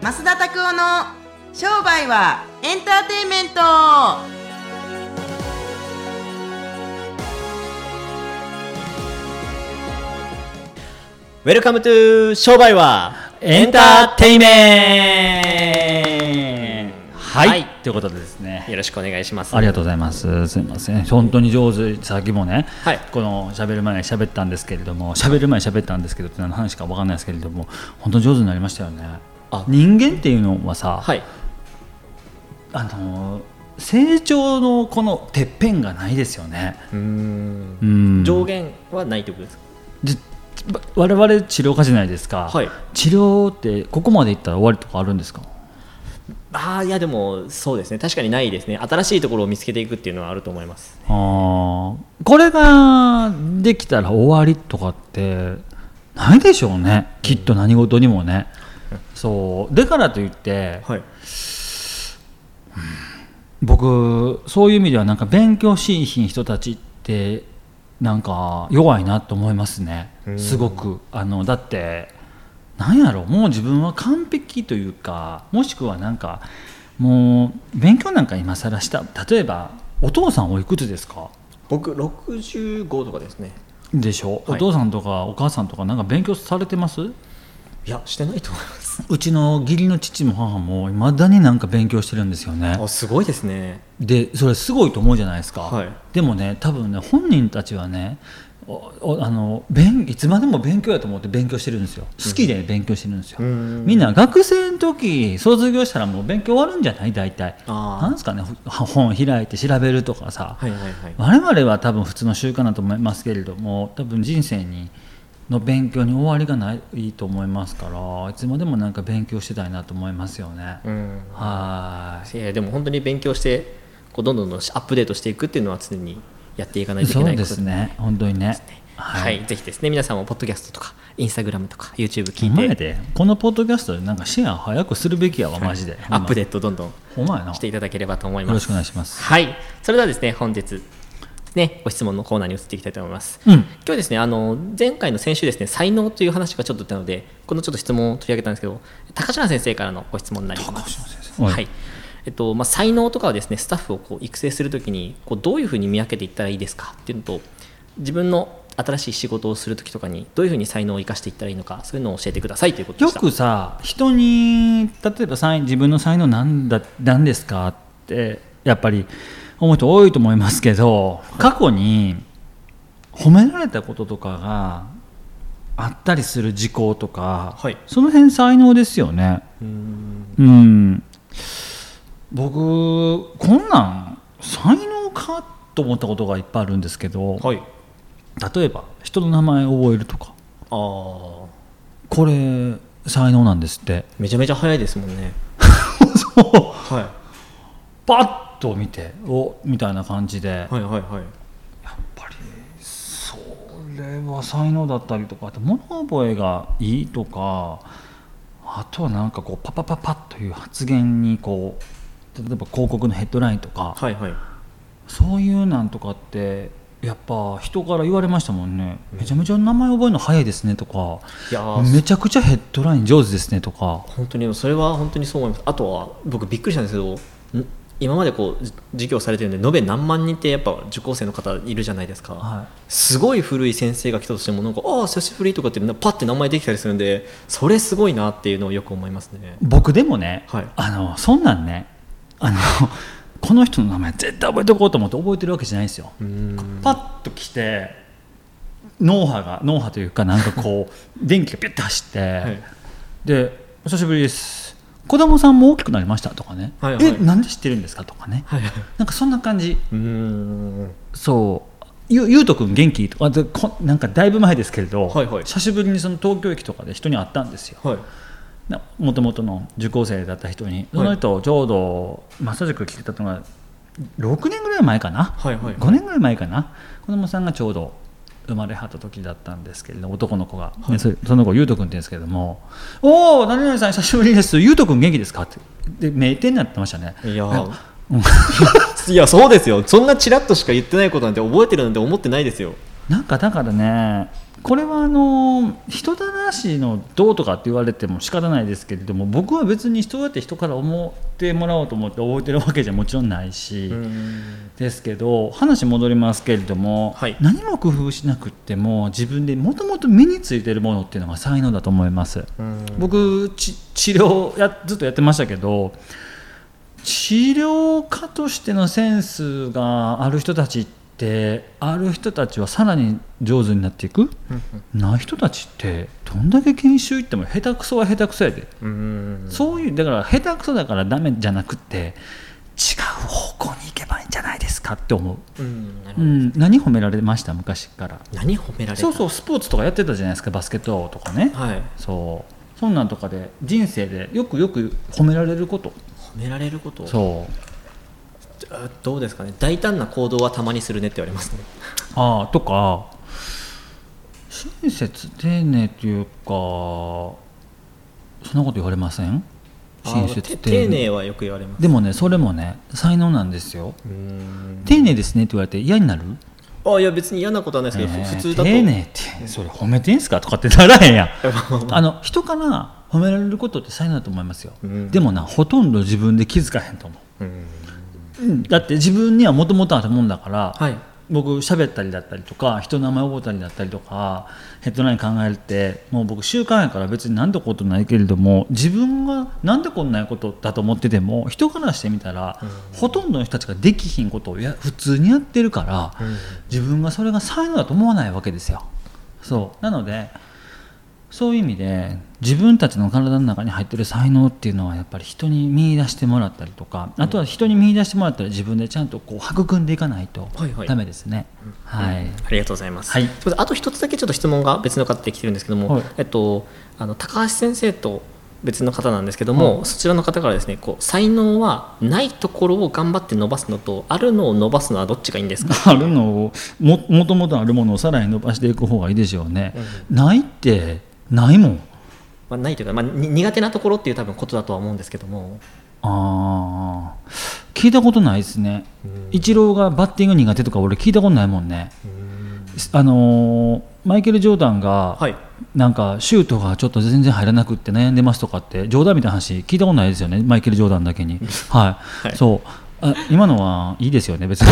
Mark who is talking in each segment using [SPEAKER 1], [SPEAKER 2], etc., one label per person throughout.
[SPEAKER 1] 増田拓夫の商売はエンターテインメント
[SPEAKER 2] ウェルカムトゥ商売は
[SPEAKER 3] エンターテイメントはい、
[SPEAKER 2] はい
[SPEAKER 3] ということでですね
[SPEAKER 2] よろしくお願いします。
[SPEAKER 3] ありがとうございますすいません本当に上手先もね、
[SPEAKER 2] はい
[SPEAKER 3] この喋る前に喋ったんですけれども喋る前に喋ったんですけどって何の話か分かんないですけれども本当に上手になりましたよね
[SPEAKER 2] あ
[SPEAKER 3] 人間っていうのはさ、
[SPEAKER 2] はい。
[SPEAKER 3] あの成長のこのてっぺんがないですよね
[SPEAKER 2] うーん。
[SPEAKER 3] うん
[SPEAKER 2] 上限はないということですか。
[SPEAKER 3] で我々治療家じゃないですか、
[SPEAKER 2] はい
[SPEAKER 3] 治療ってここまでいったら終わりとかあるんですか
[SPEAKER 2] ああいやでもそうですね。確かにないですね。新しいところを見つけていくっていうのはあると思います。
[SPEAKER 3] あーこれができたら終わりとかってないでしょうねきっと何事にもね、そうだからといって、
[SPEAKER 2] はい。
[SPEAKER 3] 僕そういう意味ではなんか勉強しいひん人たちってなんか弱いなと思いますね
[SPEAKER 2] うん
[SPEAKER 3] すごくあのだってなんやろもう自分は完璧というかもしくはなんかもう勉強なんか今更した例えばお父さんおいくつですか
[SPEAKER 2] 僕六十五とかですね。
[SPEAKER 3] でしょ、
[SPEAKER 2] はい
[SPEAKER 3] お父さんとかお母さんとかなんか勉強されてます
[SPEAKER 2] いやしてないと思います。
[SPEAKER 3] うちの義理の父も母もいまだになんか勉強してるんですよね
[SPEAKER 2] あすごいですね。
[SPEAKER 3] でそれすごいと思うじゃないですか、
[SPEAKER 2] はい
[SPEAKER 3] でもね多分ね本人たちはねおおあの勉いつまでも勉強やと思って勉強してるんですよ好きで勉強してるんですよ、
[SPEAKER 2] ん
[SPEAKER 3] みんな学生の時卒業したらもう勉強終わるんじゃない大体
[SPEAKER 2] あー
[SPEAKER 3] なんですかねほ本開いて調べるとかさ、
[SPEAKER 2] はいはいはい。
[SPEAKER 3] 我々は多分普通の習慣だと思いますけれども多分人生にの勉強に終わりがないと思いますからいつまでもなんか勉強してたいなと思いますよね。
[SPEAKER 2] うん。
[SPEAKER 3] はーい
[SPEAKER 2] いやでも本当に勉強してこうどんどんどんアップデートしていくっていうのは常にやっていかないといけ
[SPEAKER 3] そ
[SPEAKER 2] ないうこ
[SPEAKER 3] で
[SPEAKER 2] と
[SPEAKER 3] すね本当にね。
[SPEAKER 2] はい、ぜひですね皆さんもポッドキャストとかインスタグラムとか YouTube
[SPEAKER 3] お
[SPEAKER 2] 聞
[SPEAKER 3] 前
[SPEAKER 2] いて
[SPEAKER 3] でこのポッドキャストでなんかシェア早くするべきやわマジで、
[SPEAKER 2] アップデー
[SPEAKER 3] で
[SPEAKER 2] トどんどん
[SPEAKER 3] お前な
[SPEAKER 2] していただければと思います
[SPEAKER 3] よろしくお願いします
[SPEAKER 2] はいそれではですね本日ねご質問のコーナーに移っていきたいと思います、
[SPEAKER 3] うん
[SPEAKER 2] 今日ですねあの前回の先週ですね才能という話がちょっと出たのでこのちょっと質問を取り上げたんですけど高階先生からのご質問になります
[SPEAKER 3] はい
[SPEAKER 2] はいえっとまあ、才能とかはですねスタッフをこう育成するときにこうどういうふうに見分けていったらいいですかっていうのと自分の新しい仕事をするときとかにどういうふうに才能を生かしていったらいいのかそういうのを教えてくださいということで
[SPEAKER 3] よ
[SPEAKER 2] した
[SPEAKER 3] くさ人に例えば才自分の才能なんだなんですかってやっぱり思う人多いと思いますけど過去に褒められたこととかがあったりする事項とか、
[SPEAKER 2] はい
[SPEAKER 3] その辺才能ですよね。
[SPEAKER 2] うーん
[SPEAKER 3] うん僕こんなん才能かと思ったことがいっぱいあるんですけど、
[SPEAKER 2] はい
[SPEAKER 3] 例えば人の名前を覚えるとか
[SPEAKER 2] ああ
[SPEAKER 3] これ才能なんですって
[SPEAKER 2] めちゃめちゃ早いですもんね
[SPEAKER 3] そう
[SPEAKER 2] はい
[SPEAKER 3] パッと見ておみたいな感じで、
[SPEAKER 2] はいはいはい
[SPEAKER 3] やっぱりそれは才能だったりとかあと物覚えがいいとかあとはなんかこうパパパパッという発言にこう例えば広告のヘッドラインとか、
[SPEAKER 2] はいはい
[SPEAKER 3] そういうなんとかってやっぱ人から言われましたもんね、めちゃめちゃ名前覚えるの早いですねとか
[SPEAKER 2] いやー
[SPEAKER 3] めちゃくちゃヘッドライン上手ですねとか
[SPEAKER 2] 本当にそれは本当にそう思いますあとは僕びっくりしたんですけどん今までこうじ授業されてるんで延べ何万人ってやっぱ受講生の方いるじゃないですか、
[SPEAKER 3] は
[SPEAKER 2] すごい古い先生が来たとしてもなんか「ああ久しぶり」とかってパッて名前できたりするんでそれすごいなっていうのをよく思いますね
[SPEAKER 3] 僕でもね、
[SPEAKER 2] はい
[SPEAKER 3] あのそんなんねあの この人の名前絶対覚えておこうと思って覚えてるわけじゃないですよ、
[SPEAKER 2] うん
[SPEAKER 3] パッと来て脳波が脳波というかなんか こう電気がピュッて走って、
[SPEAKER 2] い
[SPEAKER 3] で「お久しぶりです子供さんも大きくなりました」とかね「
[SPEAKER 2] はいはい
[SPEAKER 3] えなんで知ってるんですか?」とかね、
[SPEAKER 2] はい
[SPEAKER 3] なんかそんな感じ
[SPEAKER 2] うん
[SPEAKER 3] そうゆゆうとくん元気とかでこなんかだいぶ前ですけれど、
[SPEAKER 2] はいはい
[SPEAKER 3] 久しぶりにその東京駅とかで人に会ったんですよ
[SPEAKER 2] はい
[SPEAKER 3] もともとの受講生だった人にその人ちょうどマッサージ来てたのが6年ぐらい前かな、
[SPEAKER 2] はいはい
[SPEAKER 3] 5年ぐらい前かな子供さんがちょうど生まれはった時だったんですけれど男の子が、ねそれその子ゆうとくんって言うんですけれども「おお何々さん久しぶりですゆうとくん元気ですか?」ってで名店になってましたね
[SPEAKER 2] いやー
[SPEAKER 3] うん
[SPEAKER 2] いやそうですよそんなチラッとしか言ってないことなんて覚えてるなんて思ってないですよ
[SPEAKER 3] なんかだからねこれはあの人たらしのどうとかって言われても仕方ないですけれども僕は別に人だって人から思ってもらおうと思って覚えてるわけじゃもちろんないし、
[SPEAKER 2] うん
[SPEAKER 3] ですけど話戻りますけれども、
[SPEAKER 2] はい
[SPEAKER 3] 何も工夫しなくっても自分でもともと身についてるものっていうのが才能だと思います。僕ち治療やずっとやってましたけど治療家としてのセンスがある人たちってある人たちはさらに上手になっていくない人たちってどんだけ研修行っても下手くそは下手くそやで、
[SPEAKER 2] うん
[SPEAKER 3] そういうだから下手くそだからダメじゃなくって違う方向に行けばいいんじゃないですかって思う、
[SPEAKER 2] うんなる
[SPEAKER 3] う
[SPEAKER 2] ほど
[SPEAKER 3] ん、何褒められました昔から
[SPEAKER 2] 何褒められた
[SPEAKER 3] そうそうスポーツとかやってたじゃないですかバスケットとかね
[SPEAKER 2] はい
[SPEAKER 3] そうそんなんとかで人生でよくよく褒められること
[SPEAKER 2] 褒められること
[SPEAKER 3] そう
[SPEAKER 2] あどうですかね大胆な行動はたまにするねって言われますね
[SPEAKER 3] ああとか親切丁寧というかそんなこと言われません親
[SPEAKER 2] あ
[SPEAKER 3] 切
[SPEAKER 2] て丁寧はよく言われます
[SPEAKER 3] でもねそれもね才能なんですよ
[SPEAKER 2] うん
[SPEAKER 3] 丁寧ですねって言われて嫌になる
[SPEAKER 2] あいや別に嫌なことはないですけど、
[SPEAKER 3] ねえ
[SPEAKER 2] ふ普通だと
[SPEAKER 3] 丁寧ってそれ褒めてんすかとかってならへん やんあの人から褒められることって才能だと思いますよ、
[SPEAKER 2] うん
[SPEAKER 3] でもなほとんど自分で気づかへんと思
[SPEAKER 2] うん
[SPEAKER 3] う、だって自分にはもともとあったもんだから、
[SPEAKER 2] はい
[SPEAKER 3] 僕喋ったりだったりとか人の名前覚えたりだったりとかヘッドライン考えるってもう僕習慣やから別に何てことないけれども自分が何でこんないことだと思ってても人からしてみたら、ほとんどの人たちができひんことをや普通にやってるから、
[SPEAKER 2] うん
[SPEAKER 3] 自分がそれが才能だと思わないわけですよ。そうなのでそういう意味で自分たちの体の中に入ってる才能っていうのはやっぱり人に見出してもらったりとかあとは人に見出してもらったら自分でちゃんとこう育んでいかないと
[SPEAKER 2] はいはい
[SPEAKER 3] ダメですね。はい、
[SPEAKER 2] ありがとうございます。
[SPEAKER 3] はい
[SPEAKER 2] すいませんあと一つだけちょっと質問が別の方で来てるんですけども、
[SPEAKER 3] はい
[SPEAKER 2] えっとあの高橋先生と別の方なんですけども、そちらの方からですね、こう才能はないところを頑張って伸ばすのとあるのを伸ばすのはどっちがいいん ですか？
[SPEAKER 3] あるのをももともとあるものをさらに伸ばしていく方がいいでしょうね。ないってないもん。
[SPEAKER 2] まあ、ないというか、まあ、に苦手なところっていう多分ことだとは思うんですけども、
[SPEAKER 3] あー聞いたことないですね
[SPEAKER 2] うん。
[SPEAKER 3] イチローがバッティング苦手とか俺聞いたことないもんね。あのーマイケル・ジョーダンが、
[SPEAKER 2] はい。
[SPEAKER 3] なんかシュートがちょっと全然入らなくって悩んでますとかって冗談みたいな話聞いたことないですよねマイケル・ジョーダンだ けにはい、
[SPEAKER 2] はい
[SPEAKER 3] そうあ今のはいいですよね 別に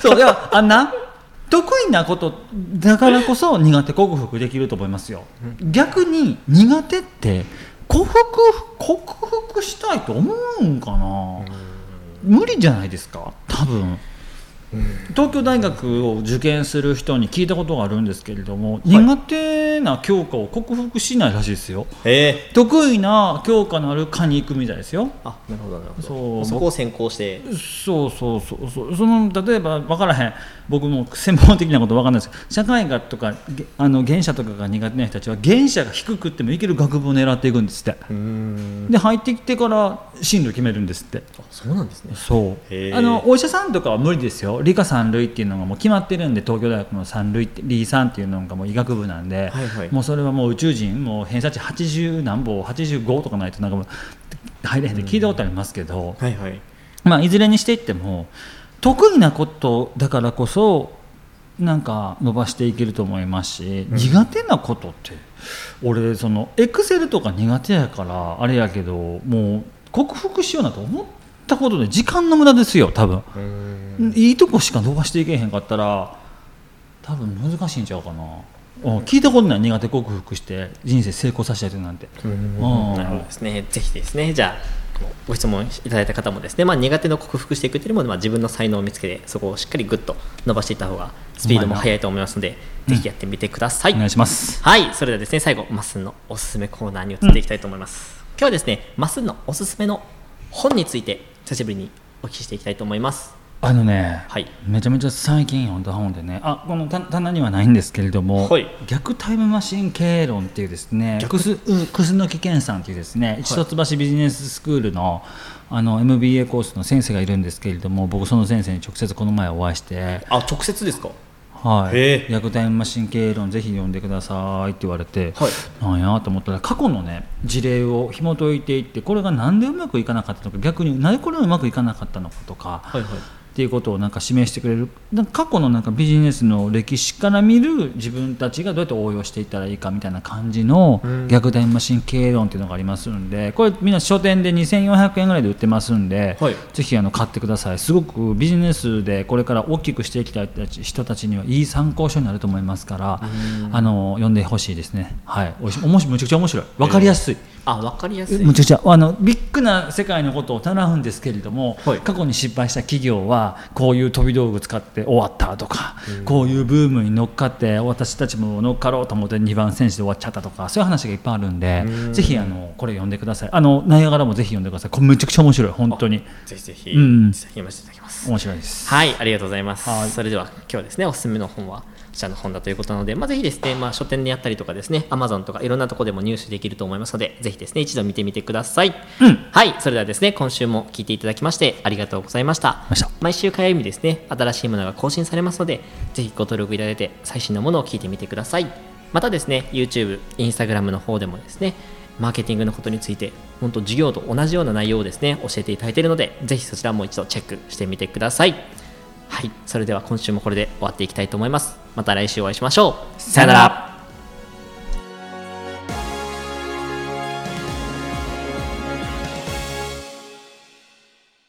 [SPEAKER 3] そういやあんな得意なことだからこそ苦手克服できると思いますよ逆に苦手って克服克服したいと思うんかな無理じゃないですか多分東京大学を受験する人に聞いたことがあるんですけれども、苦手な教科を克服しないらしいですよ
[SPEAKER 2] ええ
[SPEAKER 3] 得意な教科のある科に行くみたいですよ
[SPEAKER 2] あ、なるほどなるほ
[SPEAKER 3] そ
[SPEAKER 2] ど。
[SPEAKER 3] う
[SPEAKER 2] そこを先行して、
[SPEAKER 3] そうそうそうそうその例えば分からへん僕も専門的なこと分からないですけど社会学とかげあの原社とかが苦手な人たちは原社が低くってもいける学部を狙っていくんですって
[SPEAKER 2] うん。
[SPEAKER 3] で入ってきてから進路決めるんですって
[SPEAKER 2] あ、そうなんですね。
[SPEAKER 3] そ
[SPEAKER 2] へ
[SPEAKER 3] う
[SPEAKER 2] ー
[SPEAKER 3] あのお医者さんとかは無理ですよ理科三類っていうのがもう決まってるんで東京大学の三類って理三っていうのがもう医学部なんで、
[SPEAKER 2] はいはい
[SPEAKER 3] もうそれはもう宇宙人もう偏差値80何歩85とかないとなんかもう入れへんって聞いたことありますけど、
[SPEAKER 2] はいはい。
[SPEAKER 3] まあ、いずれにしていっても得意なことだからこそなんか伸ばしていけると思いますし、苦手なことって俺そのエクセルとか苦手やからあれやけどもう克服しようなと思ったことで時間の無駄ですよ多分、
[SPEAKER 2] うん。
[SPEAKER 3] いいとこしか伸ばしていけへんかったら多分難しいんちゃうかな、うん聞いたことない苦手克服して人生成功させたいとなんて、うん
[SPEAKER 2] なるほどですね。ぜひですね、じゃあこうご質問いただいた方もですね、まあ苦手の克服していくというよりも、まあ自分の才能を見つけてそこをしっかりぐっと伸ばしていった方がスピードも速いと思いますので、ぜひやってみてください。
[SPEAKER 3] お願いします
[SPEAKER 2] はい、それではですね、最後マスンのおすすめコーナーに移っていきたいと思います。今日はですね、マスンのおすすめの本について久しぶりにお聞きしていきたいと思います。
[SPEAKER 3] あのね、
[SPEAKER 2] はい
[SPEAKER 3] めちゃめちゃ最近読んだ本でねあこのた棚にはないんですけれども、
[SPEAKER 2] はい
[SPEAKER 3] 逆タイムマシン経営論っていうですね
[SPEAKER 2] 逆
[SPEAKER 3] 楠うん楠木健さんっていうですね一橋ビジネススクールのあの MBA コースの先生がいるんですけれども僕その先生に直接この前お会いして
[SPEAKER 2] あ、直接ですか。
[SPEAKER 3] は
[SPEAKER 2] へえ
[SPEAKER 3] い、逆タイムマシン経営論ぜひ読んでくださいって言われて、
[SPEAKER 2] はい
[SPEAKER 3] なんやと思ったら過去のね事例を紐解いていってこれが何でうまくいかなかったのか逆になぜこれがうまくいかなかったのかとか、
[SPEAKER 2] はいはい
[SPEAKER 3] っていうことをなんか示してくれるなんか過去のなんかビジネスの歴史から見る自分たちがどうやって応用していったらいいかみたいな感じの逆転マシン経営論っていうのがありますんでこれみんな書店で2400円ぐらいで売ってますんで、
[SPEAKER 2] はい
[SPEAKER 3] ぜひあの買ってくださいすごくビジネスでこれから大きくしていきたい人たち人たちにはいい参考書になると思いますからあの読んでほしいですねはいおいしおもしむちゃくちゃ面白い分かりやすい。
[SPEAKER 2] あ分かりやすい
[SPEAKER 3] むちゃくちゃあのビッグな世界のことを習うんですけれども、
[SPEAKER 2] はい
[SPEAKER 3] 過去に失敗した企業はこういう飛び道具使って終わったとか、こういうブームに乗っかって私たちも乗っかろうと思って2番選手で終わっちゃったとかそういう話がいっぱいあるんで、ぜひあのこれ読んでくださいあの内容からもぜひ読んでくださいこれむちゃくちゃ面白い本当に
[SPEAKER 2] ぜひぜひ、
[SPEAKER 3] うん
[SPEAKER 2] ぜひ読ませていただきます
[SPEAKER 3] 面白いです。
[SPEAKER 2] はい、ありがとうございます。
[SPEAKER 3] はい
[SPEAKER 2] それでは今日はですね、おすすめの本はこちらの本だということなので、まあ、ぜひですね、まあ、書店であったりとかですね、Amazon とかいろんなところでも入手できると思いますので、ぜひですね、一度見てみてください。はい、それではですね、今週も聞いていただきましてありがとうございました。
[SPEAKER 3] ました
[SPEAKER 2] 毎週火曜日ですね、新しいものが更新されますので、ぜひご登録いただいて、最新のものを聞いてみてください。またですね、YouTube、Instagram の方でもですね、マーケティングのことについて、本当授業と同じような内容をですね、教えていただいているので、ぜひそちらも一度チェックしてみてください。はい、それでは今週もこれで終わっていきたいと思います。また来週お会いしましょう。さよなら。